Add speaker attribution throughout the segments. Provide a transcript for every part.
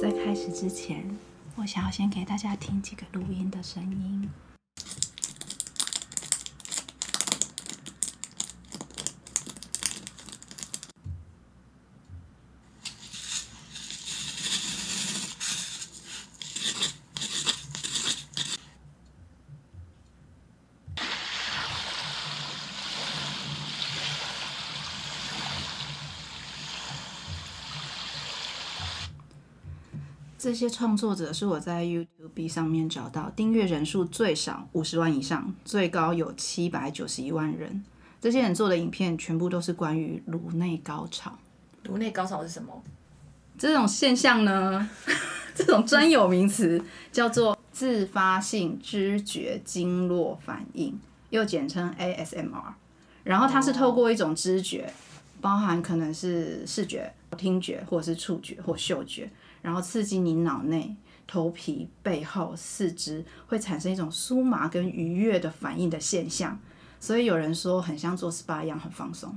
Speaker 1: 在开始之前，我想要先给大家听几个录音的声音。这些创作者是我在 YouTube 上面找到，订阅人数最少五十万以上，最高有七百九十一万人。这些人做的影片全部都是关于颅内高潮
Speaker 2: 颅内高潮是什么？
Speaker 1: 这种现象呢， 这种专有名词叫做自发性知觉经络反应，又简称 ASMR。然后它是透过一种知觉，包含可能是视觉、听觉，或者是触觉或嗅觉，然后刺激你脑内、头皮、背后、四肢，会产生一种酥麻跟愉悦的反应的现象。所以有人说很像做 SPA 一样，很放松。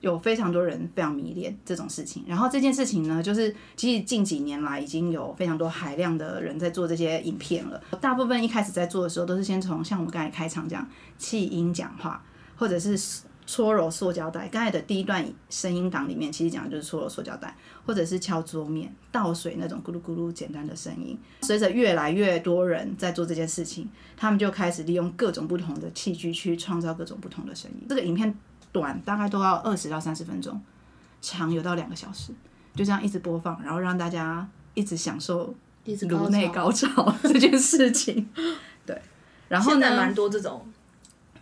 Speaker 1: 有非常多人非常迷恋这种事情。然后这件事情呢，就是其实近几年来已经有非常多海量的人在做这些影片了。大部分一开始在做的时候，都是先从像我们刚才开场讲气音讲话，或者是搓揉塑胶袋。刚才的第一段声音档里面，其实讲的就是搓揉塑胶袋，或者是敲桌面、倒水那种咕噜咕噜简单的声音。随着越来越多人在做这件事情，他们就开始利用各种不同的器具去创造各种不同的声音。这个影片短大概都要二十到三十分钟，长有到两个小时，就这样一直播放，然后让大家一直享受
Speaker 2: 一直
Speaker 1: 颅内高潮这件事情。对，然后
Speaker 2: 现在
Speaker 1: 呢
Speaker 2: 蛮，多这种，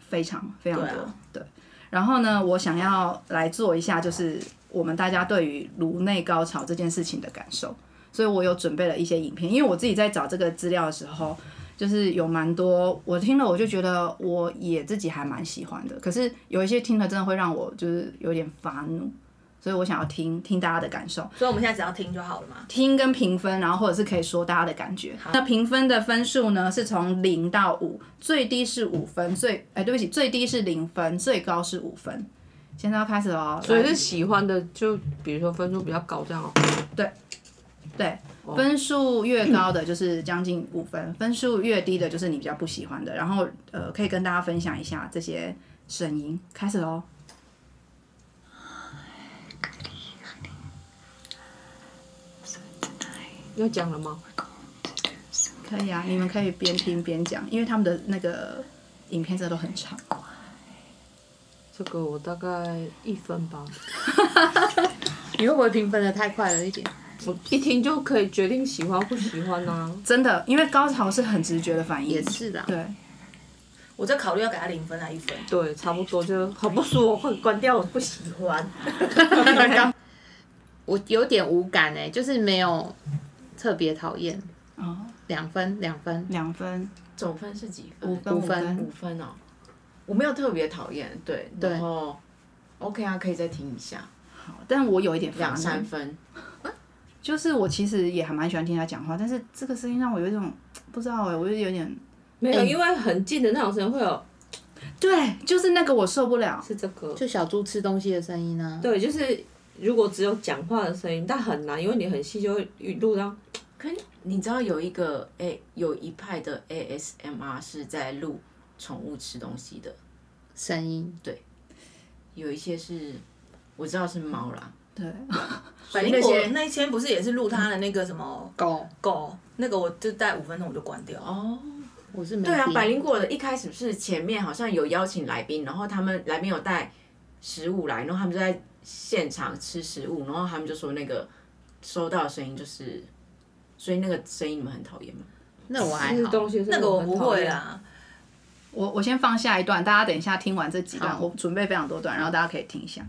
Speaker 1: 非常非常多
Speaker 2: 对啊
Speaker 1: 对。然后呢，我想要来做一下，就是我们大家对于颅内高潮这件事情的感受，所以我有准备了一些影片，因为我自己在找这个资料的时候，就是有蛮多我听了，我就觉得我也自己还蛮喜欢的，可是有一些听了真的会让我就是有点发怒，所以我想要听听大家的感受。
Speaker 2: 所以我们现在只要听就好了嘛。
Speaker 1: 听跟评分，然后或者是可以说大家的感觉。那评分的分数呢是从零到五，最低是五分，最哎对不起，最低是零分，最高是五分。现在要开始喽，
Speaker 3: 所以
Speaker 1: 来
Speaker 3: 是喜欢的，就比如说分数比较高这样哦。
Speaker 1: 对分数越高的就是将近五分，分数越低的就是你比较不喜欢的。然后呃，可以跟大家分享一下这些声音，开始喽。
Speaker 3: 要讲了吗？
Speaker 1: 可以啊，你们可以边听边讲，因为他们的那个影片真的都很长。
Speaker 3: 这个我大概一分吧，
Speaker 2: 你会不会评分的太快了一点？
Speaker 3: 我一听就可以决定喜欢不喜欢 啊。
Speaker 1: 真的，因为高潮是很直觉的反应，
Speaker 3: 也是的
Speaker 1: 对，
Speaker 2: 我在考虑要给他零分啊还一分。
Speaker 3: 对，差不多就好不舒服，我快关掉，我不喜欢。
Speaker 4: 我有点无感哎、就是没有特别讨厌，
Speaker 1: 哦，
Speaker 4: 两分两分，
Speaker 1: 两分，
Speaker 5: 总分是几分？
Speaker 1: 五分，
Speaker 4: 五分
Speaker 5: 五分哦。我没有特别讨厌，对，
Speaker 4: 对
Speaker 5: 然后 OK 啊，可以再听一下，
Speaker 1: 但我有一点
Speaker 5: 两
Speaker 1: 两三，
Speaker 5: 三分，
Speaker 1: 就是我其实也还蛮喜欢听他讲话，但是这个声音让我有一种不知道哎、我就有点
Speaker 3: 没有，因为很近的那种声音会有，
Speaker 1: 对，就是那个我受不了。
Speaker 3: 是这个。
Speaker 4: 就小猪吃东西的声音啊呢、
Speaker 3: 对，就是如果只有讲话的声音，但很难，因为你很细就会语录到。
Speaker 5: 可是你知道有一个哎，有一派的 ASMR 是在录宠物吃东西的，
Speaker 4: 声音
Speaker 5: 有一些是我知道是猫啦，
Speaker 1: 对，
Speaker 2: 反
Speaker 5: 正
Speaker 2: 正
Speaker 5: 那
Speaker 2: 那
Speaker 5: 些
Speaker 2: 些那天不是也是录他的那个什么
Speaker 4: 狗，
Speaker 2: 狗，那个我就带五分钟我就关掉。
Speaker 5: 哦，
Speaker 4: 我是没
Speaker 5: 对啊，
Speaker 4: 听
Speaker 5: 百灵果的一开始是前面好像有邀请来宾，然后他们来宾有带食物来，然后他们就在现场吃食物，然后他们就说那个收到的声音就是，所以那个声音你们很讨厌吗？
Speaker 4: 那我还
Speaker 3: 吃
Speaker 4: 好，
Speaker 3: 东西
Speaker 2: 那个我不会
Speaker 3: 啊。
Speaker 2: 啦，
Speaker 1: 我我先放下一段，大家等一下听完这几段，
Speaker 4: 好
Speaker 1: 我准备非常多段，然后大家可以听一下。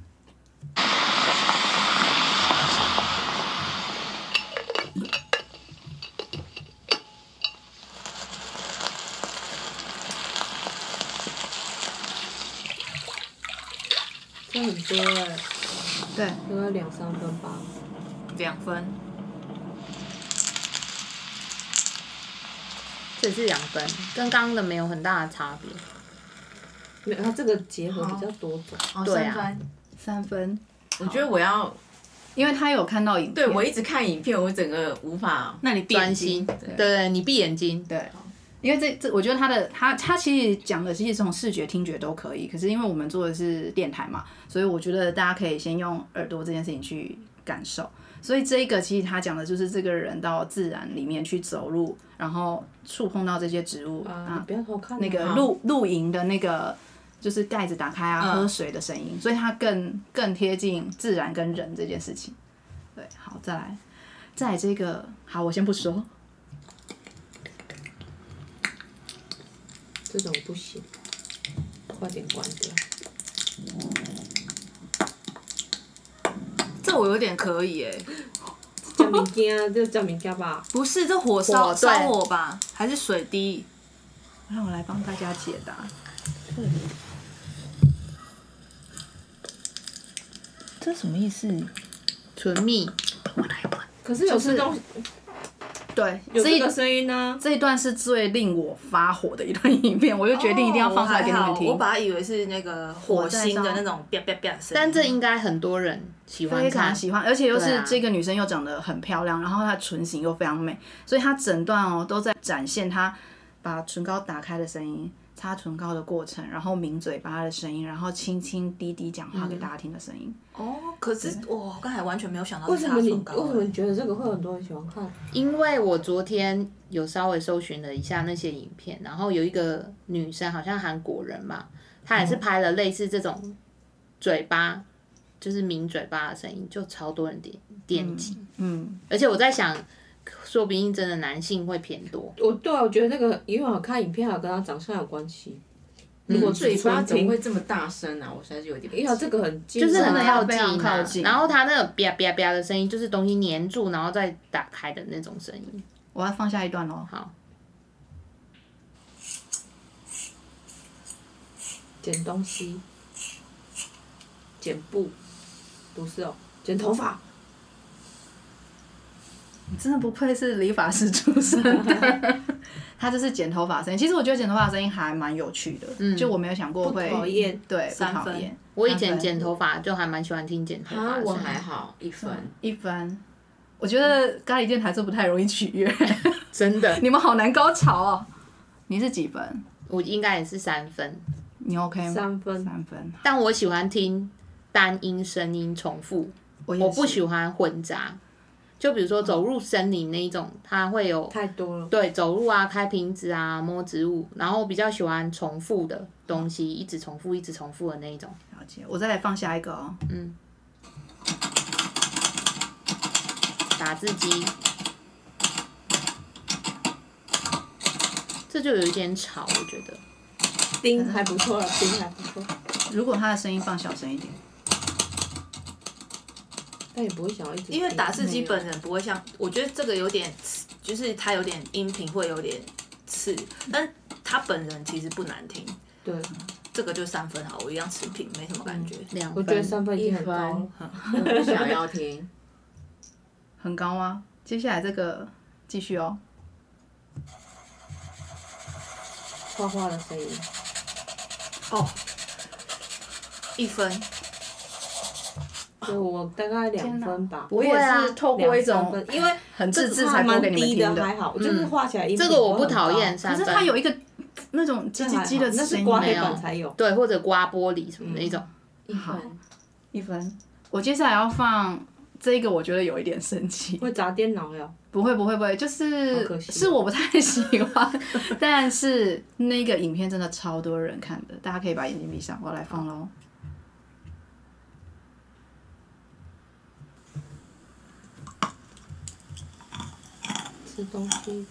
Speaker 3: 这很多哎、
Speaker 1: 对，
Speaker 3: 大概两三分吧。
Speaker 2: 两分。
Speaker 4: 这是两分，跟刚刚的没有很大的差别。
Speaker 3: 没有，它这个结合比较多种。
Speaker 5: 哦，
Speaker 4: 对
Speaker 5: 三
Speaker 4: 啊
Speaker 5: 分。
Speaker 1: 三分，
Speaker 5: 我觉得我要
Speaker 1: 因为他有看到影片，
Speaker 5: 对我一直看影片，我整个无法
Speaker 4: 那你闭
Speaker 5: 眼
Speaker 4: 专
Speaker 5: 睛
Speaker 4: 心，对你闭眼睛，
Speaker 1: 对，因为这这，我觉得他的他他其实讲的其实从视觉、听觉都可以，可是因为我们做的是电台嘛，所以我觉得大家可以先用耳朵这件事情去感受。所以这一个其实他讲的就是这个人到自然里面去走路，然后触碰到这些植物
Speaker 3: 啊，你不要偷看啊
Speaker 1: 那个露露营的那个就是盖子打开
Speaker 3: 嗯
Speaker 1: 啊，喝水的声音，所以它更更贴近自然跟人这件事情。对，好，再来，再来这个，好，我先不说，
Speaker 3: 这种不行，快点关掉。
Speaker 6: 这我有点可以哎、
Speaker 3: 叫明天啊，这叫明天吧。
Speaker 6: 不是这火烧
Speaker 4: 火对
Speaker 6: 烧火吧，还是水滴？
Speaker 1: 让我来帮大家解答。
Speaker 6: 这什么意思？
Speaker 4: 唇蜜，
Speaker 3: 可是有这种
Speaker 1: 对，
Speaker 3: 有
Speaker 1: 这
Speaker 3: 这
Speaker 1: 一
Speaker 3: 个声音
Speaker 6: 哦
Speaker 3: 呢，
Speaker 1: 这一段是最令我发火的一段影片，我就决定一定要放出来给你们听。
Speaker 6: 哦我把它以为是那个火星的那种啪啪啪声，
Speaker 4: 但这应该很多人喜欢
Speaker 1: 非常
Speaker 4: 看，
Speaker 1: 喜欢，而且又
Speaker 4: 对
Speaker 1: 是
Speaker 4: 啊
Speaker 1: 这个女生又长得很漂亮，然后她的唇形又非常美，所以她整段哦都在展现她把唇膏打开的声音、擦唇膏的过程，然后抿嘴巴的声音，然后轻轻低低讲话给大家听的声音。
Speaker 6: 哦，可是我刚才完全没有想到
Speaker 3: 为
Speaker 6: 是
Speaker 3: 什
Speaker 6: 擦
Speaker 3: 么你
Speaker 6: 唇膏。
Speaker 3: 为什么你觉得这个会很多人喜欢看？
Speaker 4: 因为我昨天有稍微搜寻了一下那些影片，然后有一个女生，好像韩国人嘛，她也是拍了类似这种嘴巴，就是抿嘴巴的声音，就超多人点点击、
Speaker 1: 嗯，
Speaker 4: 而且我在想，说不定真的男性会偏多，
Speaker 3: 我对啊，我觉得这个因为我看影片还有跟他长相有关系。如果
Speaker 5: 嗯嘴巴怎么
Speaker 3: 会？
Speaker 5: 会这么大声啊？我实在是有点不
Speaker 3: 哎呀，这个很近
Speaker 4: 就是
Speaker 1: 真的
Speaker 4: 很
Speaker 1: 要
Speaker 4: 靠
Speaker 1: 非
Speaker 4: 近、
Speaker 1: 常
Speaker 4: 啊，
Speaker 1: 靠近
Speaker 4: 然后她那个啪啪啪的声音，就是东西粘住然后再打开的那种声音。
Speaker 1: 我要放下一段喽。
Speaker 4: 好，
Speaker 3: 捡东西，剪布，不是哦，剪头发。
Speaker 1: 你真的不愧是理发师出身的，她就是剪头发声音。其实我觉得剪头发声音还蛮有趣的，就我没有想过会
Speaker 3: 不讨厌
Speaker 1: 对，不
Speaker 6: 三
Speaker 1: 讨
Speaker 6: 分
Speaker 1: 厌。
Speaker 4: 我以
Speaker 1: 三
Speaker 4: 前
Speaker 1: 分
Speaker 4: 剪头发就还蛮喜欢听剪头发
Speaker 5: 啊
Speaker 4: 的，
Speaker 5: 我
Speaker 4: 声音，
Speaker 5: 还好一分，
Speaker 1: 一般，我觉得咖喱电台是不太容易取悦，
Speaker 4: 真的，
Speaker 1: 你们好难高潮哦。你是几分？
Speaker 4: 我应该也是三分，
Speaker 1: 你 OK 吗？
Speaker 3: 三分
Speaker 1: 三分。
Speaker 4: 但我喜欢听单音声音重复，
Speaker 1: 我也
Speaker 4: 我不
Speaker 1: 是
Speaker 4: 喜欢混杂。就比如说走入森林那一种，它会有
Speaker 3: 太多了，
Speaker 4: 对走路啊、开瓶子啊、摸植物，然后我比较喜欢重复的东西，一直重复、一直重复的那一种。
Speaker 1: 了解，我再来放下一个哦。
Speaker 4: 打字机，这就有一点吵，我觉得。
Speaker 3: 丁还不错了，丁还不错，
Speaker 1: 如果他的声音放小声一点，
Speaker 3: 但也不会想要一直
Speaker 6: 因为
Speaker 3: 听
Speaker 6: 打字机本人不会像，我觉得这个有点刺，就是它有点音频会有点刺，但它本人其实不难听。
Speaker 3: 对，
Speaker 6: 这个就三分好，我一样持平，没什么感觉。
Speaker 4: 嗯两
Speaker 3: 我
Speaker 4: 分，
Speaker 3: 觉得三分已经很高
Speaker 5: 一
Speaker 3: 了
Speaker 5: 分。 我不想要听。
Speaker 1: 很高啊。接下来这个继续哦。
Speaker 3: 画画的声音，
Speaker 6: 哦，一分，
Speaker 3: 所以我大概两分吧。
Speaker 1: 我
Speaker 4: 会啊
Speaker 1: 也是透过一
Speaker 3: 两
Speaker 1: 种
Speaker 3: 种分，因为
Speaker 1: 很
Speaker 3: 这
Speaker 1: 自
Speaker 3: 个
Speaker 1: 制才
Speaker 3: 还
Speaker 1: 播
Speaker 3: 蛮
Speaker 1: 给你们
Speaker 3: 低
Speaker 1: 听
Speaker 3: 还
Speaker 1: 的，
Speaker 3: 好，我就是画起来音频
Speaker 4: 这个我
Speaker 3: 不
Speaker 4: 不
Speaker 3: 会很
Speaker 4: 讨厌
Speaker 3: 高，
Speaker 1: 可
Speaker 4: 三
Speaker 1: 是
Speaker 4: 分。
Speaker 1: 它有一个那种叽
Speaker 3: 这
Speaker 1: 叽
Speaker 3: 还
Speaker 1: 叽
Speaker 3: 好
Speaker 1: 的
Speaker 3: 那
Speaker 1: 声
Speaker 3: 是
Speaker 1: 音。
Speaker 3: 刮
Speaker 4: 没
Speaker 3: 黑
Speaker 4: 有
Speaker 3: 板才有。
Speaker 4: 对，或者刮玻璃什么的那
Speaker 1: 嗯
Speaker 4: 种。
Speaker 5: 一分，
Speaker 1: 一分。我接下来要放这个，我觉得有一点生气。
Speaker 3: 会砸电脑呀，
Speaker 1: 不会不会不会，就
Speaker 3: 好
Speaker 1: 是
Speaker 3: 可惜
Speaker 1: 是我不太喜欢，但是那个影片真的超多人看的，大家可以把眼睛闭上，我来放喽。
Speaker 3: 吃东西，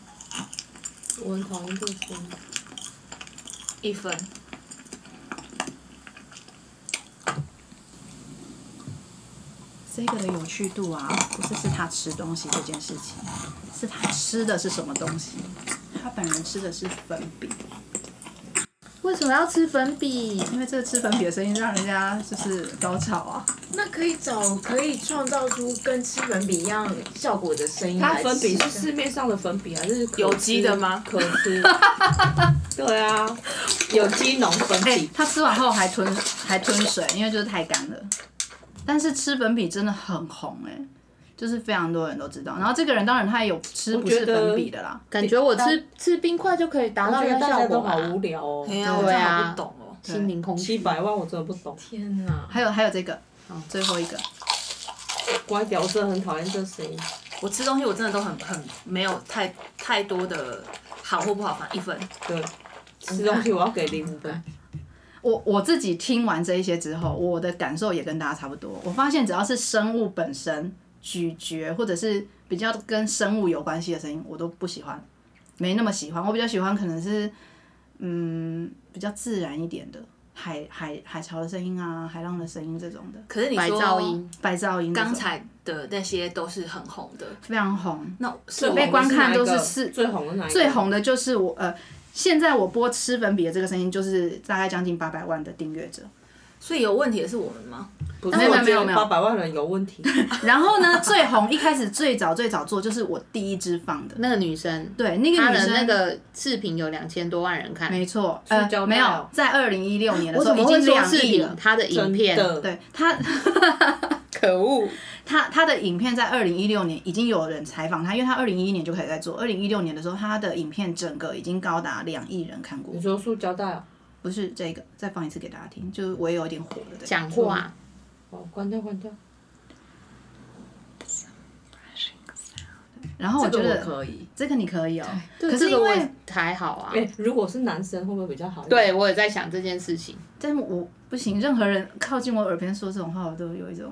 Speaker 3: 我很讨厌这个声音。
Speaker 6: 一分，
Speaker 1: 这个的有趣度啊，不是是他吃东西这件事情，是他吃的是什么东西。他本人吃的是粉饼，
Speaker 4: 为什么要吃粉笔？
Speaker 1: 因为这个吃粉饼的声音让人家就是高潮啊。
Speaker 5: 那可以找可以创造出跟吃粉饼一样效果的声音
Speaker 3: 它
Speaker 5: 来吃。
Speaker 3: 粉笔是市面上的粉笔还是可吃
Speaker 6: 有机的吗
Speaker 3: 可吃。对 啊，有机农粉
Speaker 1: 哎、
Speaker 3: 笔。
Speaker 1: 他吃完后还吞还吞水，因为就是太干了。但是吃粉笔真的很红哎、就是非常多人都知道。然后这个人当然他也有吃不
Speaker 5: 我
Speaker 1: 是
Speaker 5: 觉得
Speaker 1: 粉笔的啦，
Speaker 4: 感觉我吃吃冰块就可以
Speaker 3: 哎
Speaker 4: 达
Speaker 5: 我
Speaker 4: 到
Speaker 5: 觉
Speaker 4: 原
Speaker 5: 得大
Speaker 4: 效
Speaker 5: 家
Speaker 4: 果
Speaker 5: 都好
Speaker 4: 吧
Speaker 5: 无？聊哦。
Speaker 6: 哎呀，我
Speaker 4: 对
Speaker 6: 真的
Speaker 4: 啊
Speaker 6: 好不懂哦。
Speaker 4: 心灵空
Speaker 3: 七
Speaker 4: 虚，
Speaker 3: 百万我真的不懂，
Speaker 5: 天哪！
Speaker 1: 还有还有这个，哦最后一个，
Speaker 3: 乖屌，我真的很讨厌这声音。
Speaker 6: 我吃东西我真的都很很没有太太多的好或不好，反正一分。
Speaker 3: 对，
Speaker 1: 嗯
Speaker 3: 吃东西我要给零分。
Speaker 1: 我我自己听完这一些之后，我的感受也跟大家差不多。我发现只要是生物本身咀嚼，或者是比较跟生物有关系的声音，我都不喜欢，没那么喜欢。我比较喜欢可能是，嗯，比较自然一点的海海海潮的声音啊，海浪的声音这种的，
Speaker 6: 可是你
Speaker 4: 白
Speaker 6: 说
Speaker 4: 噪音，
Speaker 1: 白噪音这种。
Speaker 6: 刚才的那些都是很红的，
Speaker 1: 非常红，
Speaker 6: 那
Speaker 3: 最
Speaker 6: 是
Speaker 3: 红
Speaker 1: 被
Speaker 3: 的
Speaker 1: 观看
Speaker 3: 哪一
Speaker 1: 都是
Speaker 3: 个
Speaker 1: 四
Speaker 3: 最红的哪一个？
Speaker 1: 最红的就是我呃，现在我播吃粉笔的这个声音，就是大概将近八百万的订阅者。
Speaker 6: 所以有问题的是我们吗？
Speaker 3: 不是，
Speaker 1: 没有没有没有
Speaker 3: 八百万人有 问题。
Speaker 1: 然后呢，最红一开始最早最早做就是我第一支放的，
Speaker 4: 那个女生，
Speaker 1: 对，那个
Speaker 4: 她
Speaker 1: 女
Speaker 4: 的
Speaker 1: 生
Speaker 4: 那个视频有两千多万人看，
Speaker 1: 没错，
Speaker 3: 塑胶
Speaker 1: 呃，
Speaker 3: 袋
Speaker 1: 没有
Speaker 3: 哦，
Speaker 1: 在二零一六年的
Speaker 4: 我
Speaker 1: 时
Speaker 4: 怎
Speaker 1: 候
Speaker 4: 么
Speaker 1: 已
Speaker 4: 会
Speaker 1: 经
Speaker 4: 说啊
Speaker 1: 两
Speaker 4: 视
Speaker 1: 亿
Speaker 4: 频
Speaker 1: 了？。
Speaker 4: 她的影片，
Speaker 3: 真的，
Speaker 1: 对他，
Speaker 4: 可
Speaker 5: 哦
Speaker 4: 恶，
Speaker 1: 他他的影片在二零一六年已经有人采访他，因为他二零一一年就开始在做，二零一六年的时候，他的影片整个已经高达两亿人看过
Speaker 4: 嗯
Speaker 3: 你。说塑胶袋哦
Speaker 1: 不是这个，再放一次给大家听，就是我也有点火了。对
Speaker 4: 讲话，
Speaker 3: 哦，关掉关掉。
Speaker 1: 然后我
Speaker 5: 这
Speaker 1: 觉
Speaker 5: 个
Speaker 1: 得
Speaker 5: 我可以，
Speaker 1: 这个你可以哦、
Speaker 4: 对
Speaker 1: 可是
Speaker 4: 这个
Speaker 1: 因
Speaker 4: 我
Speaker 1: 为
Speaker 4: 也还好啊。
Speaker 3: 哎，如果是男生会不会比较好？
Speaker 4: 对，，我也在想这件事情，
Speaker 1: 但是我不行，任何人靠近我耳边说这种话，我都有一种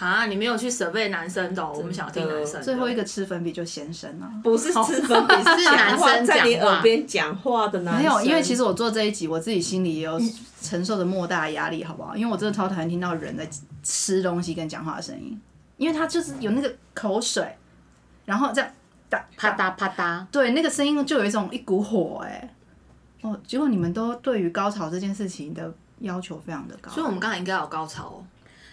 Speaker 6: 啊，你没有去 survey 男生的哦、我们想要听男生的。
Speaker 1: 最后一个吃粉笔就先生啊。
Speaker 3: 不是吃粉笔，是
Speaker 4: 男生
Speaker 3: 在你
Speaker 4: 讲话
Speaker 3: 耳边讲话的男
Speaker 1: 没
Speaker 3: 生。
Speaker 1: 有，因为其实我做这一集，我自己心里也有承受着莫大的压力，好不好？因为我真的超讨厌听到人在吃东西跟讲话的声音，因为他就是有那个口水，然后这样哒
Speaker 4: 啪，嗒啪嗒，
Speaker 1: 对，那个声音就有一种一股火哎、哦，结果你们都对于高潮这件事情的要求非常的高，
Speaker 6: 所以我们刚才应该有高潮哦。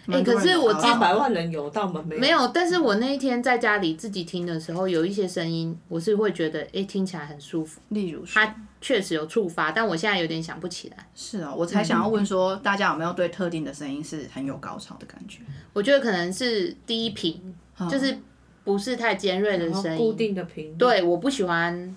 Speaker 1: 蛮多人
Speaker 4: 欸可是
Speaker 1: 有
Speaker 4: 我
Speaker 1: 高
Speaker 3: 啊八
Speaker 1: 潮
Speaker 3: 百万人有，但我们没有。
Speaker 4: 没有。但是我那一天在家里自己听的时候，有一些声音，我是会觉得，哎、听起来很舒服，
Speaker 1: 例如说
Speaker 4: 它确实有触发，但我现在有点想不起来。
Speaker 1: 是哦，我才想要问说，大家有没有对特定的声音是很有高潮的感觉？
Speaker 4: 我觉得可能是低频，就是不是太尖锐的
Speaker 3: 哦然后
Speaker 4: 声
Speaker 3: 固
Speaker 4: 音。
Speaker 3: 定的频率。
Speaker 4: 对，我不喜欢，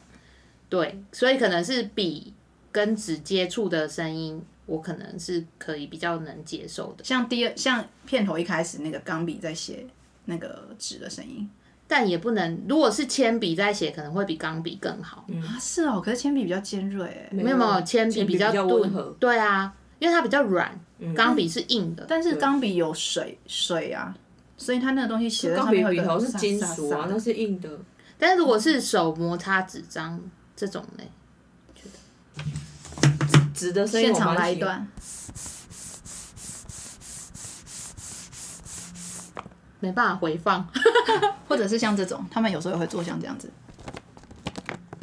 Speaker 4: 对，所以可能是笔跟纸接触的声音，我可能是可以比较能接受的，
Speaker 1: 像第二像片头一开始那个钢笔在写那个纸的声音
Speaker 4: 但也不能，如果是铅笔在写，可能会比钢笔更好。
Speaker 1: 啊，是哦，可是铅笔比较尖锐哎，
Speaker 3: 嗯没啊
Speaker 4: 没有没有，铅笔
Speaker 3: 铅笔
Speaker 4: 比较钝
Speaker 3: 温和。嗯
Speaker 4: 对啊，因为它比较软，钢笔是硬的。
Speaker 1: 但是钢笔有水水啊，所以它那个东西写在
Speaker 3: 钢
Speaker 1: 上
Speaker 3: 笔
Speaker 1: 面会
Speaker 3: 笔
Speaker 1: 有
Speaker 3: 头
Speaker 1: 个
Speaker 3: 是
Speaker 1: 沙
Speaker 3: 金
Speaker 1: 沙
Speaker 3: 属
Speaker 1: 沙
Speaker 3: 啊，
Speaker 1: 的
Speaker 3: 那是硬的。
Speaker 4: 但是如果是手摩擦纸张这种嘞，
Speaker 3: 直的声音
Speaker 1: 现
Speaker 3: 我
Speaker 1: 场来
Speaker 3: 蛮
Speaker 1: 一
Speaker 3: 喜欢。
Speaker 1: 段，
Speaker 4: 没办法回放。
Speaker 3: 嗯
Speaker 1: 或者是像这种，他们有时候也会做像这样子，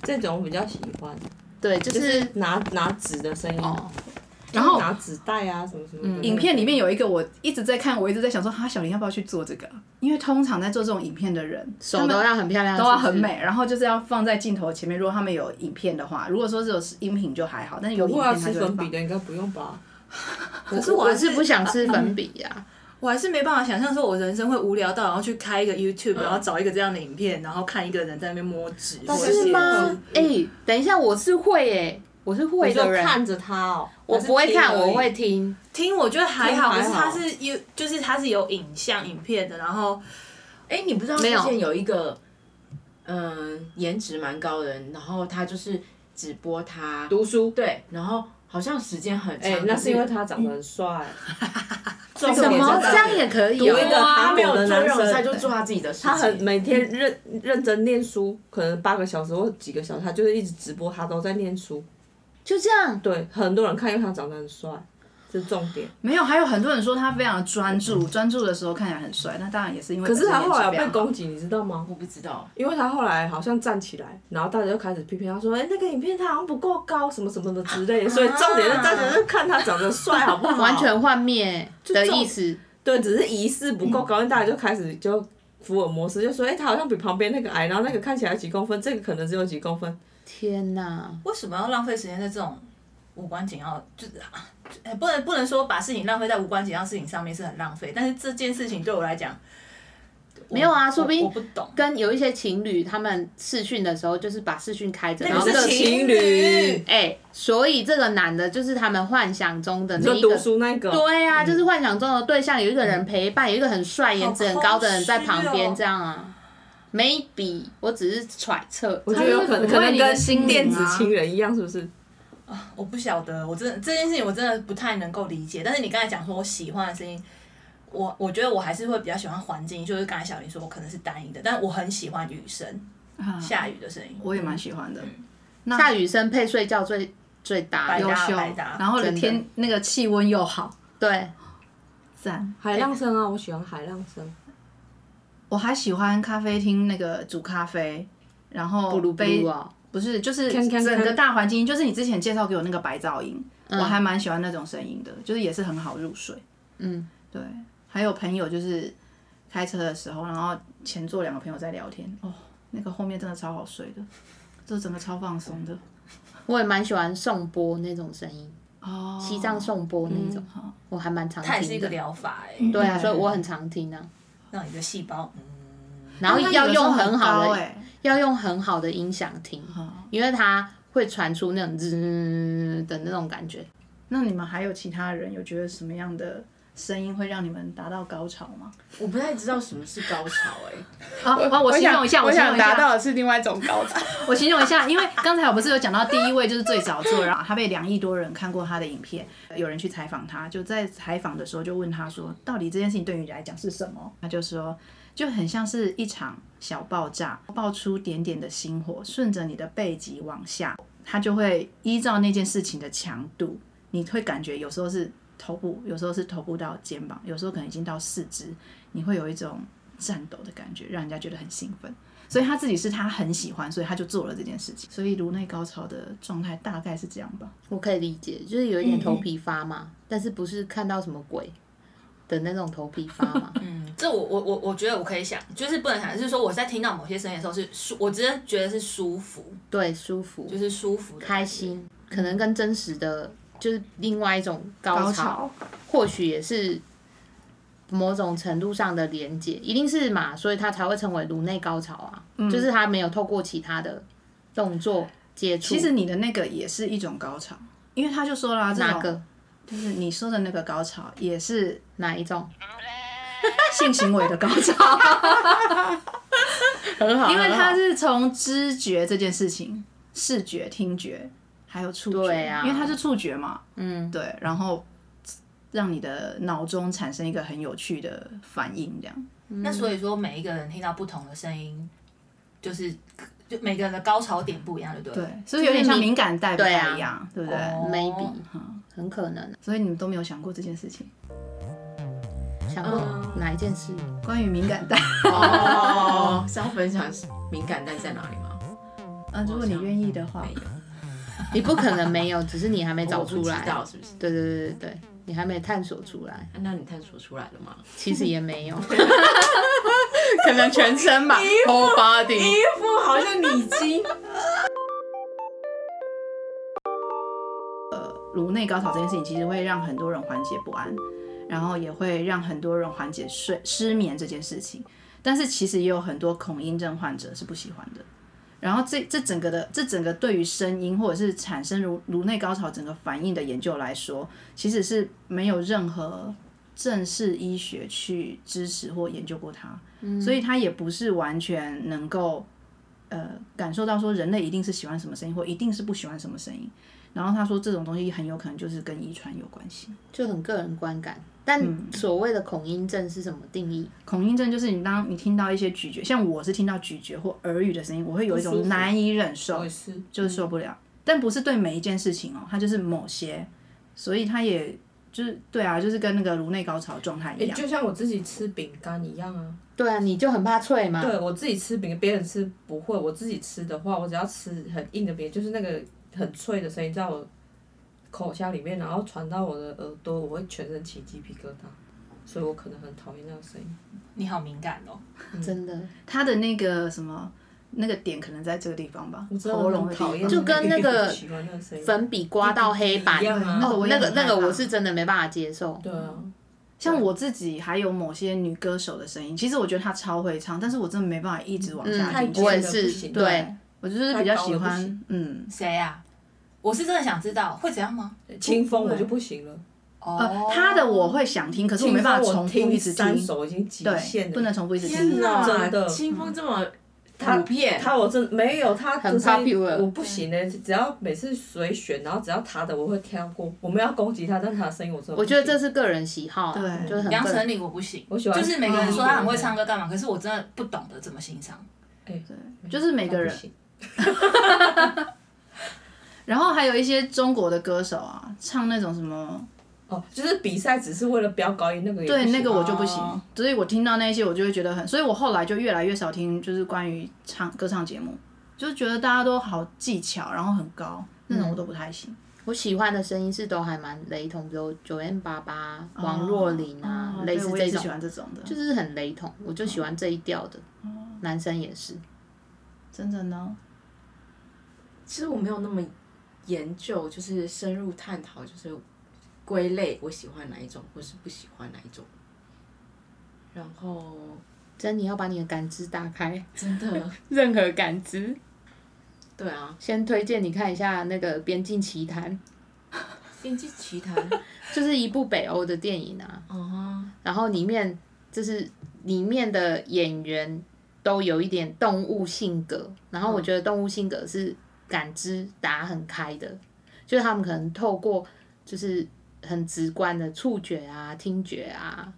Speaker 3: 这种我比较喜欢，
Speaker 4: 对，就
Speaker 3: 就是是拿拿纸的声音，
Speaker 4: 哦，嗯
Speaker 1: 然后。
Speaker 3: 拿纸袋啊什么什么的。
Speaker 1: 影片里面有一个我一直在看，我一直在想说，哈、小林要不要去做这个？因为通常在做这种影片的人，他
Speaker 4: 手
Speaker 1: 们
Speaker 4: 都要很漂亮，
Speaker 1: 都要
Speaker 4: 是不是
Speaker 1: 很。美，然后就是要放在镜头前面。如果他们有影片的话，如果说是有音频就还好，但是有
Speaker 3: 不
Speaker 1: 影
Speaker 3: 过要
Speaker 1: 片
Speaker 3: 吃
Speaker 1: 它就会
Speaker 3: 粉笔
Speaker 1: 放。
Speaker 3: 的应该不用吧？
Speaker 6: 可是我还
Speaker 4: 我是不想吃粉笔呀，
Speaker 6: 我还是没办法想象说，我人生会无聊到然后去开一个 YouTube，然后找一个这样的影片，然后看一个人在那边摸纸。
Speaker 3: 但
Speaker 6: 或
Speaker 3: 是
Speaker 6: 者
Speaker 4: 是吗
Speaker 3: 嗯？
Speaker 4: 哎，等一下，我是会哎，我是会
Speaker 3: 你就
Speaker 4: 的人，
Speaker 3: 看着它哦，
Speaker 4: 我不会看，
Speaker 3: 还是听而已
Speaker 4: 我会。听。
Speaker 6: 听我觉得还好，
Speaker 3: 听还好
Speaker 6: 可是它是有，就是它是有影像影片的，然后
Speaker 5: 哎，你不知道之
Speaker 4: 没有
Speaker 5: 前有一个，嗯，颜值蛮高的人，然后他就是只播他，
Speaker 3: 读书，
Speaker 5: 对，然后好像时间很长
Speaker 3: 哎，，那
Speaker 5: 可
Speaker 3: 是因为他长得很帅。
Speaker 4: 嗯
Speaker 3: 重
Speaker 4: 什
Speaker 3: 点
Speaker 4: 么
Speaker 3: 是
Speaker 4: 这样也可以
Speaker 3: 有一
Speaker 4: 哦？
Speaker 3: 个
Speaker 5: 啊他
Speaker 3: 韩
Speaker 5: 没有
Speaker 3: 国
Speaker 5: 做
Speaker 3: 的男
Speaker 5: 任何事，
Speaker 3: 生，
Speaker 5: 他就做他自己的事情。
Speaker 3: 他很每天认认真念书，可能八个小时或几个小时，他就是一直直播，他都在念书。
Speaker 4: 就这样，
Speaker 3: 对，很多人看，因为他长得很帅，这是重点。
Speaker 1: 没哦有，还有很多人说他非常的专注，专注的时候看起来很帅，那当然也是因为
Speaker 3: 可是他后来有
Speaker 1: 本身颜值非
Speaker 3: 被
Speaker 1: 常好
Speaker 3: 攻击，你知道吗？
Speaker 5: 我不知道，
Speaker 3: 因为他后来好像站起来，然后大家就开始批评他说：“哎、那个影片他好像不够高，什么什么的之类的。”所以重点是大家就看他长得帅好不好？
Speaker 4: 完全幻灭的意思。
Speaker 3: 对，只是疑似不够高，因为大家就开始就福尔摩斯就说：“哎、他好像比旁边那个矮，然后那个看起来几公分，这个可能只有几公分。
Speaker 4: 天哪！
Speaker 6: 为什么要浪费时间在这种无关紧要，就是、啊哎不能不能说把事情浪费在无关紧要事情上面是很浪费，但是这件事情对我来讲，
Speaker 4: 没有啊
Speaker 6: 我
Speaker 4: 说不定
Speaker 6: 我我不懂。
Speaker 4: 跟有一些情侣，他们视讯的时候就是把视讯开着，然后
Speaker 3: 个
Speaker 4: 各
Speaker 3: 是情侣，
Speaker 4: 哎、所以这个男的就是他们幻想中的那
Speaker 3: 就
Speaker 4: 一
Speaker 3: 读
Speaker 4: 个。
Speaker 3: 书那个，
Speaker 4: 对
Speaker 6: 嗯
Speaker 4: 啊，就是幻想中的对象，有一个人陪伴，有一个很帅、颜值很高的人在旁
Speaker 6: 好
Speaker 4: 边，
Speaker 6: 空虚哦
Speaker 4: 这样啊。Maybe 我只是揣测，
Speaker 3: 我觉得有可能
Speaker 1: 它就是抚
Speaker 3: 可
Speaker 1: 慰
Speaker 3: 能
Speaker 1: 你的
Speaker 3: 跟
Speaker 1: 心灵啊
Speaker 3: 电子情人一样，是不是？
Speaker 6: 我不晓得，我真的这件事情我真的不太能够理解。但是你刚才讲说我喜欢的声音，我我觉得我还是会比较喜欢环境，就是刚才小林说我可能是单一的，但我很喜欢雨声，
Speaker 1: 啊
Speaker 6: 下雨的声音，
Speaker 1: 我也蛮喜欢的，
Speaker 4: 下雨声配睡觉最最嗯搭
Speaker 6: 百。
Speaker 1: 优
Speaker 6: 搭
Speaker 1: 秀，
Speaker 6: 百搭
Speaker 1: 然后
Speaker 4: 真的
Speaker 1: 天那个气温又好，
Speaker 4: 对，
Speaker 1: 赞。
Speaker 3: 海浪声啊，我喜欢海浪声。
Speaker 1: 我还喜欢咖啡厅那个煮咖啡，然后
Speaker 4: 布鲁布
Speaker 1: 杯
Speaker 4: 鲁哦，
Speaker 1: 不是就是
Speaker 3: 锵锵锵
Speaker 1: 整个大环境，就是你之前介绍给我那个白噪音，我还蛮喜欢那种声音的，就是也是很好入睡。
Speaker 4: 嗯，
Speaker 1: 对，还有朋友就是开车的时候，然后前座两个朋友在聊天，哦，那个后面真的超好睡的，就整个超放松的。
Speaker 4: 我也蛮喜欢颂钵那种声音，
Speaker 1: 哦，
Speaker 4: 西藏颂钵那种，我还蛮常
Speaker 6: 它嗯也是一
Speaker 4: 听
Speaker 6: 个
Speaker 4: 的。
Speaker 6: 疗法哎、
Speaker 4: 对啊，
Speaker 1: 嗯
Speaker 4: 所以我很常听啊。
Speaker 6: 让你的细胞嗯
Speaker 4: 然后
Speaker 1: 但它
Speaker 4: 要
Speaker 1: 有的时候
Speaker 4: 用很好
Speaker 1: 高
Speaker 4: 的
Speaker 1: 哎、
Speaker 4: 要用很好的音响听，因为它会传出那种滋的那种感觉。
Speaker 1: 那你们还有其他人有觉得什么样的声音会让你们达到高潮吗？
Speaker 5: 我不太知道什么是高潮哎、
Speaker 1: 啊啊！我形容一下，形容一下，
Speaker 4: 的是另外一种高潮。
Speaker 1: 我形容一下，因为刚才我不是有讲到第一位就是最早做，然后他被两亿多人看过他的影片，有人去采访他，就在采访的时候就问他说，到底这件事情对你来讲是什么？他就说，就很像是一场小爆炸，爆出点点的星火，顺着你的背脊往下，它就会依照那件事情的强度，你会感觉有时候是头部，有时候是头部到肩膀，有时候可能已经到四肢，你会有一种颤抖的感觉，让人家觉得很兴奋。所以他自己是他很喜欢，所以他就做了这件事情。所以颅内高潮的状态大概是这样吧。
Speaker 4: 我可以理解，就是有一点头皮发麻，但是不是看到什么鬼的那种头皮发麻。
Speaker 6: 嗯，这我我我我觉得我可以想，就是不能想，就是说我在听到某些声音的时候是舒，我直接觉得是舒服，
Speaker 4: 对，舒服、
Speaker 6: 就是舒服的
Speaker 4: 开心，可能跟真实的就是另外一种高
Speaker 1: 高
Speaker 4: 潮
Speaker 1: 潮，
Speaker 4: 或许也是某种程度上的连接，一定是嘛，所以它才会成为颅内高潮啊，就是它没有透过其他的动作接触。
Speaker 1: 其实你的那个也是一种高潮，因为他就说了、啊，这
Speaker 4: 哪
Speaker 1: 种
Speaker 4: 个
Speaker 1: 就是你说的那个高潮也是
Speaker 4: 哪一种
Speaker 1: 性行为的高 潮，
Speaker 4: 很好
Speaker 1: 因为它
Speaker 4: 是
Speaker 1: 是从知觉这件事情，视觉、听觉还有触觉，
Speaker 4: 对啊
Speaker 1: 因为它是触觉嘛，
Speaker 4: 嗯，
Speaker 1: 对，然后让你的脑中产生一个很有趣的反应，这样。
Speaker 6: 那所
Speaker 3: 嗯
Speaker 6: 以说，每一个人听到不同的声音，就是就每个人的高潮点不一样，对不对？
Speaker 1: 对，所以有点像敏感带不
Speaker 4: 对啊
Speaker 1: 太一样，对不对？
Speaker 6: 哦
Speaker 4: maybe 很可能啊
Speaker 1: 所以你们都没有想过这件事情，
Speaker 4: 想过哪一件事？
Speaker 1: 关于敏感 带。
Speaker 5: 哦，是要分享敏感带在哪里吗？
Speaker 1: 啊，如果你愿意的话
Speaker 5: 没，有，
Speaker 3: 哦
Speaker 4: 你不可能没有，只是你还没找
Speaker 5: 我不
Speaker 4: 出来
Speaker 5: 知。道是不是？
Speaker 4: 对对对对
Speaker 1: 嗯
Speaker 4: 对，你还没探索出来。
Speaker 5: 啊那你探索出来了吗？
Speaker 4: 其实也没有，
Speaker 1: 嗯
Speaker 4: 可能全 身吧，whole body。
Speaker 5: 不，好像你已经
Speaker 1: 颅内高潮这件事情其实会让很多人缓解不安，然后也会让很多人缓解睡失眠这件事情。但是其实也有很多恐音症患者是不喜欢的。然后这这整个的这整个对于声音或者是产生颅颅内高潮整个反应的研究来说，其实是没有任何正式医学去支持或研究过它，所以它也不是完全能够呃感受到说人类一定是喜欢什么声音或一定是不喜欢什么声音。然后他说这种东西很有可能就是跟遗传有关系。
Speaker 4: 就很个人观感。但
Speaker 1: 嗯
Speaker 4: 所谓的恐音症是什么定义？
Speaker 1: 恐音症就是你当你听到一些咀嚼，像我是听到咀嚼或耳语的声音，我会有一
Speaker 3: 不舒
Speaker 1: 种
Speaker 3: 服
Speaker 1: 难以忍受，
Speaker 3: 是。
Speaker 1: 就是受不了。但不是对每一件事情哦，它就是某些，所以它也就是对啊，就是跟那个颅内高潮状态
Speaker 3: 哎、
Speaker 1: 一样。
Speaker 3: 就像我自己吃饼干一样啊。
Speaker 4: 对啊，你就很怕脆嘛。
Speaker 3: 对我自己吃饼干，别人吃不会，我自己吃的话，我只要吃很硬的饼干，就是那个很脆的声音在我口腔里面，然后传到我的耳朵，我会全身起鸡皮疙瘩，所以我可能很讨厌那个声音。
Speaker 1: 嗯
Speaker 6: 你好敏感哦，
Speaker 4: 真的。
Speaker 1: 它的那个什么那个点可能在这个地方吧
Speaker 3: 我，知道
Speaker 1: 喉咙的
Speaker 3: 很
Speaker 1: 地
Speaker 3: 讨厌，
Speaker 1: 方。
Speaker 4: 就跟那个
Speaker 3: 喜欢那个声音
Speaker 4: 粉笔刮到黑板哦
Speaker 3: 一，样啊，
Speaker 1: 那哦个我也
Speaker 4: 那个
Speaker 1: 很害
Speaker 4: 那个
Speaker 1: 怕
Speaker 4: 我是真的没办法接受。
Speaker 3: 对啊，
Speaker 1: 像我自己还有某些女歌手的声音，其实我觉得她超会唱，但是我真的没办法一直往
Speaker 4: 嗯
Speaker 1: 下
Speaker 3: 太
Speaker 1: 听。
Speaker 3: 低
Speaker 4: 我
Speaker 3: 了
Speaker 4: 也
Speaker 3: 不
Speaker 4: 是，
Speaker 3: 行
Speaker 4: 对，
Speaker 1: 我就是比较喜欢，嗯，
Speaker 6: 谁啊？我是真的想知道会怎样吗？
Speaker 3: 清风我就不行了，
Speaker 6: 哦
Speaker 1: 呃，她的我会想听，可是我没办法
Speaker 3: 清风
Speaker 1: 重
Speaker 3: 我
Speaker 1: 复
Speaker 3: 听
Speaker 1: 一直
Speaker 3: 三
Speaker 1: 听，
Speaker 3: 首已经极
Speaker 1: 对，
Speaker 3: 限了，
Speaker 1: 不能重复一直
Speaker 5: 天
Speaker 1: 听。
Speaker 5: 哪，
Speaker 3: 真的
Speaker 5: 清风这么
Speaker 3: 他
Speaker 5: 普遍，
Speaker 3: 他我真没有他
Speaker 4: 很
Speaker 3: 的声音
Speaker 4: popular
Speaker 3: 我不行呢、只要每次随选，然后只要他的我会跳过，我没有要攻击他，但他的声音我真的不
Speaker 4: 我觉得
Speaker 3: 行
Speaker 4: 这是个人喜好啦，
Speaker 1: 对
Speaker 4: 就是很
Speaker 6: 杨
Speaker 4: 个人
Speaker 6: 丞琳我不行，
Speaker 3: 我喜欢嗯
Speaker 6: 就是每个人说他很会唱歌干嘛，可是我真的不懂得怎么欣赏。
Speaker 1: 对，就是每个人
Speaker 3: 他不。行
Speaker 1: 然后还有一些中国的歌手啊，唱那种什么，
Speaker 3: 哦，就是比赛只是为了飙高音那个也不
Speaker 1: 对，
Speaker 3: 行
Speaker 1: 那个我就不行
Speaker 6: 哦。
Speaker 1: 所以我听到那些，我就会觉得很，所以我后来就越来越少听，就是关于唱歌唱节目，就是觉得大家都好技巧，然后很高，那种我都不太行。
Speaker 4: 我喜欢的声音是都还蛮雷同，比如九 N 八八、嗯王若琳啊，
Speaker 1: 哦
Speaker 4: 类
Speaker 1: 对
Speaker 4: 似
Speaker 1: 我也
Speaker 4: 这
Speaker 1: 是
Speaker 4: 种
Speaker 1: 喜，欢哦这种的，
Speaker 4: 就是很雷同。我就喜欢这一调的，男生也是。
Speaker 1: 真的呢。
Speaker 5: 其实我没有那么研究，就是深入探讨，就是归类我喜欢哪一种，或是不喜欢哪一种。然后
Speaker 4: 珍妮要把你的感知打开，
Speaker 5: 真 的，
Speaker 4: 任何感知。
Speaker 5: 对啊，
Speaker 4: 先推荐你看一下那个《边境奇谭
Speaker 5: 《边境奇谭》》，
Speaker 4: 就是一部北欧的电影啊，
Speaker 5: 哦，
Speaker 4: 然后里面就是里面的演员都有一点动物性格，然后我觉得动物性格是感知打很开的，就是他们可能透过就是很直观的触觉啊、听觉啊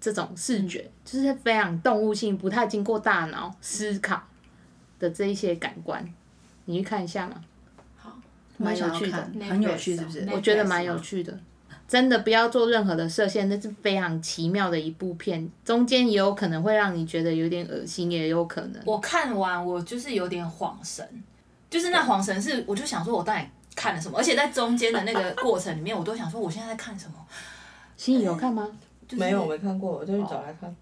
Speaker 4: 这种视觉，就是非常动物性，不太经过大脑思考的这一些感官，你去看一下嘛，蛮
Speaker 1: 蛮想
Speaker 4: 有
Speaker 1: 要
Speaker 4: 趣的
Speaker 1: 看，很有趣，是不是？
Speaker 6: Netflix
Speaker 4: 我觉得蛮有趣的。真的不要做任何的设限，那是非常奇妙的一部片，中间也有可能会让你觉得有点恶心，也有可
Speaker 3: 嗯
Speaker 4: 能。
Speaker 6: 我看完我就是有点恍神，就是那恍神是我就想说我到底看了什么，而且在中间的那个过程里面，我都想说我现在在看什么，
Speaker 4: 心仪有看吗？
Speaker 6: 就是
Speaker 3: 没有我没看过，我就去找来看。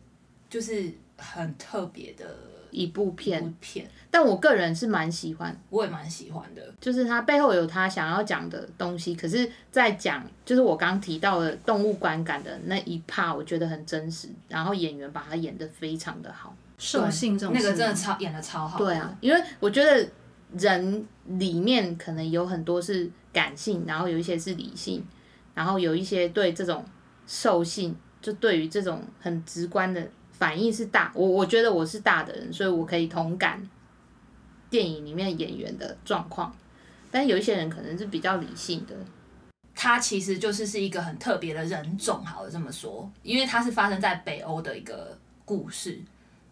Speaker 6: 就是很特别的
Speaker 4: 一部
Speaker 6: 一部
Speaker 4: 片，
Speaker 6: 片，
Speaker 4: 但我个人是蛮喜欢，
Speaker 6: 我也蛮喜欢的。
Speaker 4: 就是它背后有它想要讲的东西，可是，在讲就是我刚提到的动物观感的那一 part，我觉得很真实，然后演员把它演得非常的好。
Speaker 1: 兽性这种
Speaker 6: 那个
Speaker 1: 事
Speaker 6: 真的
Speaker 1: 吗
Speaker 6: 超演的超好，
Speaker 4: 对啊，，因为我觉得人里面可能有很多是感性，然后有一些是理性，然后有一些对这种兽性，就对于这种很直观的反应是大。我我觉得我是大的人，所以我可以同感电影里面演员的状况。但有一些人可能是比较理性的，
Speaker 6: 它其实就是是一个很特别的人种，好了这么说，因为它是发生在北欧的一个故事，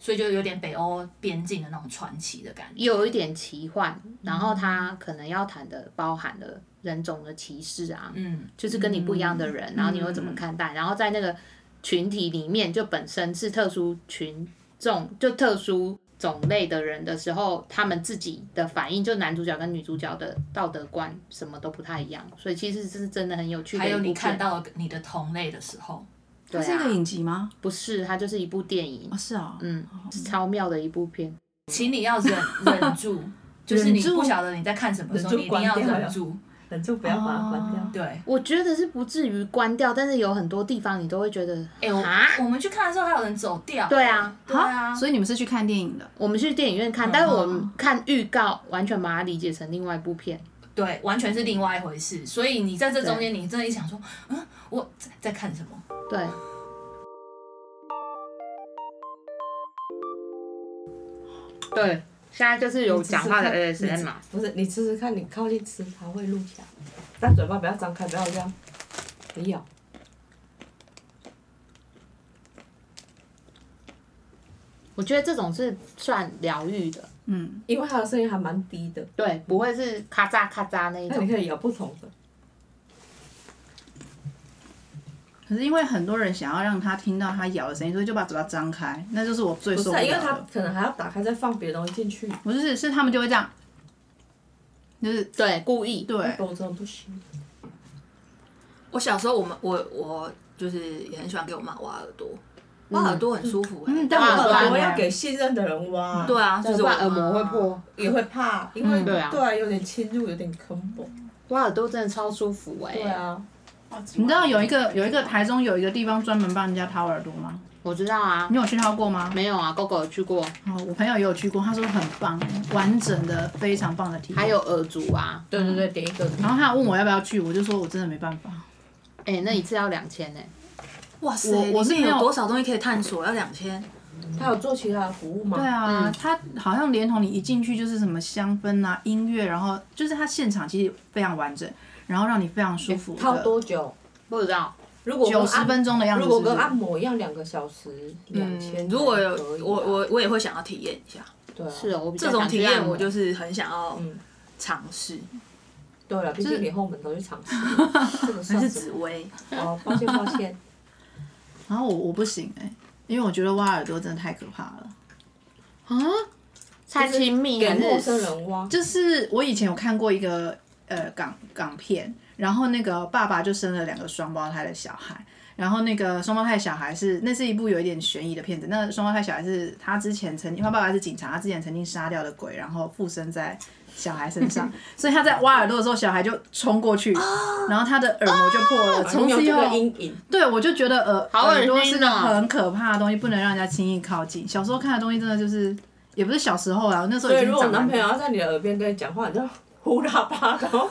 Speaker 6: 所以就有点北欧边境的那种传奇的感觉。
Speaker 4: 也有一点奇幻，然后他可能要谈的包含了人种的歧视啊，
Speaker 6: 嗯，
Speaker 4: 就是跟你不一样的人，然后你会怎么看待？然后在那个群体里面，就本身是特殊群众，就特殊种类的人的时候，他们自己的反应，就男主角跟女主角的道德观什么都不太一样，所以其实是真的很有趣的
Speaker 6: 还
Speaker 4: 一部
Speaker 6: 有
Speaker 4: 片。
Speaker 6: 你看到你的同类的时候，
Speaker 1: 它
Speaker 4: 对
Speaker 1: 是一个
Speaker 4: 啊，
Speaker 1: 影集吗？
Speaker 4: 不是，它就是一部电影
Speaker 1: 哦，，是啊，
Speaker 4: 嗯，是超妙的一部片。
Speaker 6: 请你要忍忍 住，就是你不晓得你在看什么的时候，
Speaker 3: 忍
Speaker 6: 你
Speaker 3: 住
Speaker 6: 一定要
Speaker 3: 关掉
Speaker 6: 忍住。
Speaker 3: 忍住不要把它关掉。
Speaker 1: 哦
Speaker 6: 对，哎、
Speaker 4: 我觉得是不至于关掉，但是有很多地方你都会觉得，啊，
Speaker 6: 哎我我们去看的时候还有人走掉。
Speaker 4: 对啊，
Speaker 6: 对啊，
Speaker 1: 所以你们是去看电影的，
Speaker 4: 我们去电影
Speaker 6: 嗯
Speaker 4: 院看，但是我们看预告，完全把它理解成另外一部片。
Speaker 6: 对，完全是另外一回事。所以你在这中间，你真的一想说，嗯，我在在看什么？
Speaker 4: 对，对，现在就是有讲话的
Speaker 3: 你只是看
Speaker 4: ASM 嘛，
Speaker 3: 不是你吃吃看，你靠近吃，它会录下来，但嘴巴不要张开，不要这样，哦不要。
Speaker 4: 我觉得这种是算疗愈的，
Speaker 1: 嗯，
Speaker 3: 因为它的声音还蛮低的，
Speaker 4: 对，不会是咔嚓咔嚓那一
Speaker 3: 那你
Speaker 4: 种。
Speaker 3: 可以咬不同的。
Speaker 1: 可是因为很多人想要让他听到他咬的声音，所以就把嘴巴张开，那就是我最
Speaker 3: 不是
Speaker 1: 受
Speaker 3: 啊，因为
Speaker 1: 了
Speaker 3: 它
Speaker 1: 的。
Speaker 3: 可能还要打开再放别的东西进去，
Speaker 1: 不是，是他们就会这样，就是
Speaker 4: 对，故意。
Speaker 1: 对，
Speaker 3: 否则不行。
Speaker 6: 我小时候我，们我我就是也很喜欢给我妈挖耳朵，
Speaker 5: 挖耳朵很舒服欸。
Speaker 1: 嗯，但
Speaker 5: 但
Speaker 1: 我
Speaker 4: 耳
Speaker 1: 耳
Speaker 4: 朵
Speaker 1: 朵
Speaker 3: 我
Speaker 1: 要
Speaker 3: 要给信任的人挖，
Speaker 5: 对啊，就是
Speaker 4: 不
Speaker 5: 我
Speaker 4: 然耳膜会破。
Speaker 3: 也会怕，因为
Speaker 4: 嗯对啊
Speaker 3: 有点侵入，有点坑崩。
Speaker 4: 挖耳朵真的超舒服哎、
Speaker 3: 对啊，
Speaker 1: 你知道有一个有一个台中有一个地方专门帮人家掏耳朵吗？
Speaker 4: 我知道啊，
Speaker 1: 你有去掏过吗？
Speaker 4: 没有啊，狗狗有去过，
Speaker 1: 哦，我朋友也有去过，他说很棒，完整的非常棒的体验。
Speaker 4: 还有，耳足啊，
Speaker 3: 对对对，点一个。
Speaker 1: 然后他还问我要不要去，我就说我真的没办法。
Speaker 4: 哎、那一次要两千欸呢，
Speaker 5: 哇塞，
Speaker 1: 我我是
Speaker 5: 里面
Speaker 1: 没
Speaker 5: 有
Speaker 1: 有
Speaker 5: 多少东西可以探索？要两千，
Speaker 3: 他有做其他的服务吗？
Speaker 1: 对啊，他好像连同你一进去就是什么香氛啊、音乐，然后就是他现场其实非常完整，然后让你非常舒服的。
Speaker 3: 套多久？
Speaker 4: 不知道，
Speaker 3: 如果跟
Speaker 1: 九十
Speaker 3: 按
Speaker 1: 分钟的样子
Speaker 3: 如
Speaker 1: 是不
Speaker 3: 果
Speaker 1: 是
Speaker 3: 跟按摩一样，两个小时两千。
Speaker 6: 嗯，如果有
Speaker 3: 可以啊
Speaker 6: 我我我也会想要体验一下
Speaker 3: 对啊，
Speaker 4: 是哦，我比较
Speaker 6: 这种
Speaker 4: 想去
Speaker 6: 体
Speaker 4: 按
Speaker 6: 验，
Speaker 4: 摩
Speaker 6: 我就是很想要
Speaker 3: 嗯
Speaker 6: 尝试，
Speaker 3: 对啊了，毕
Speaker 1: 就是
Speaker 3: 竟你后门都去尝试了，这个
Speaker 6: 还
Speaker 3: 算
Speaker 6: 是
Speaker 3: 什
Speaker 6: 紫
Speaker 3: 么？
Speaker 6: 薇？
Speaker 3: 哦，抱歉抱歉，
Speaker 1: 然后我我不行哎、因为我觉得挖耳朵真的太可怕了。
Speaker 4: 啊，太亲密
Speaker 3: 给陌
Speaker 4: 还
Speaker 3: 生
Speaker 4: 是
Speaker 3: 人挖。
Speaker 1: 就是我以前有看过一个呃港港片，然后那个爸爸就生了两个双胞胎的小孩，然后那个双胞胎小孩是那是一部有一点悬疑的片子，那个双胞胎小孩是他之前曾经他爸爸是警察，他之前曾经杀掉的鬼，然后附身在小孩身上， 所以他在挖耳朵的时候，小孩就冲过去，然后他的耳膜就破了，从
Speaker 3: 有
Speaker 1: 此以
Speaker 3: 这
Speaker 1: 后
Speaker 3: 个阴影，
Speaker 1: 对，我就觉得耳
Speaker 4: 好
Speaker 3: 啊
Speaker 4: 恶
Speaker 1: 耳朵是
Speaker 4: 心
Speaker 1: 个
Speaker 4: 哦
Speaker 1: 很可怕的东西，不能让人家轻易靠近。小时候看的东西真的就是，也不是小时候啦，我那时候已
Speaker 3: 所以
Speaker 1: 经
Speaker 3: 如果
Speaker 1: 长
Speaker 3: 男
Speaker 1: 蛮
Speaker 3: 朋
Speaker 1: 大。
Speaker 3: 友要在你的耳边跟你讲话，你就呼啦吧，然后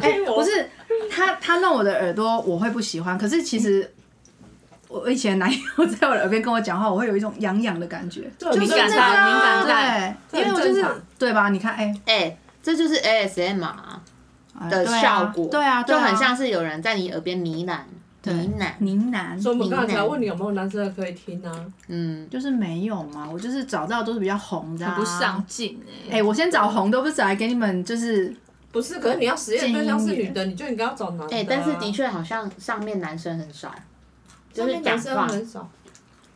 Speaker 1: 哎、不是他他弄我的耳朵，我会不喜欢。可是其实我以前男友在我的耳边跟我讲话，我会有一种痒痒的感觉，
Speaker 3: 对敏感
Speaker 1: 那
Speaker 3: 带
Speaker 1: 个啊
Speaker 6: 敏感带
Speaker 1: 对，因为我就
Speaker 3: 这很
Speaker 1: 是
Speaker 3: 正常
Speaker 1: 对吧？你看，哎、
Speaker 4: 哎、这就是 ASM 啊
Speaker 1: 哎
Speaker 4: 的
Speaker 1: 对啊
Speaker 4: 效果，
Speaker 1: 对啊，对
Speaker 4: 就
Speaker 1: 啊
Speaker 4: 很像是有人在你耳边呢
Speaker 3: 哦
Speaker 4: 喃呢喃，
Speaker 1: 呢喃，
Speaker 3: 所以我们刚才才问你有没有男生的可以听啊？
Speaker 4: 嗯，
Speaker 1: 就是没有嘛，我就是找到都是比较红的、啊，
Speaker 6: 很不上。进
Speaker 1: 哎、
Speaker 6: 哎，
Speaker 1: 我先找红的，不是找来给你们就是
Speaker 3: 不是，可是你要实验对象是女的，你就应该要找男的、啊。
Speaker 4: 哎、但是的，确好像上面男生很少，就是
Speaker 3: 男
Speaker 4: 讲
Speaker 3: 生
Speaker 4: 话，
Speaker 3: 很少，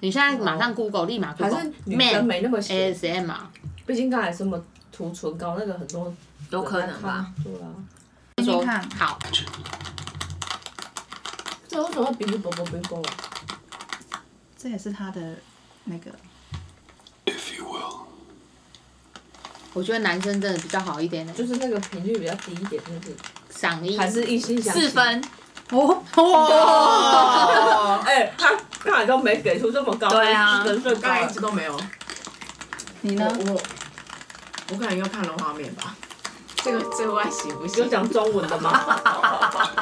Speaker 4: 你现在马上 Google 立马
Speaker 3: 还
Speaker 4: Google
Speaker 3: 是女生
Speaker 4: man
Speaker 3: 没那么闲。
Speaker 4: ASM 啊，
Speaker 3: 毕竟刚才什么涂唇膏那个很多，
Speaker 6: 有可能吧？？
Speaker 3: 对啊，
Speaker 1: 听
Speaker 4: 说
Speaker 1: 听看
Speaker 4: 好，
Speaker 3: 这为什么鼻子啵啵啵啵啊？
Speaker 1: 这也是他的那个，
Speaker 4: 我觉得男生真的比较好一点呢，
Speaker 3: 就是那个频率比较低一点，就是
Speaker 4: 嗓音
Speaker 3: 还是一心想
Speaker 6: 四。分，
Speaker 1: 哦哦，
Speaker 3: 哦，哎、他刚才都没给出这么高，
Speaker 6: 对啊
Speaker 3: 人最高
Speaker 5: 刚才
Speaker 3: 了
Speaker 5: 一直都没有。
Speaker 1: 你
Speaker 5: 我
Speaker 1: 呢？
Speaker 5: 我我可能又看了画面吧。这个这个外形不
Speaker 3: 有
Speaker 5: 行，
Speaker 3: 讲中文的吗？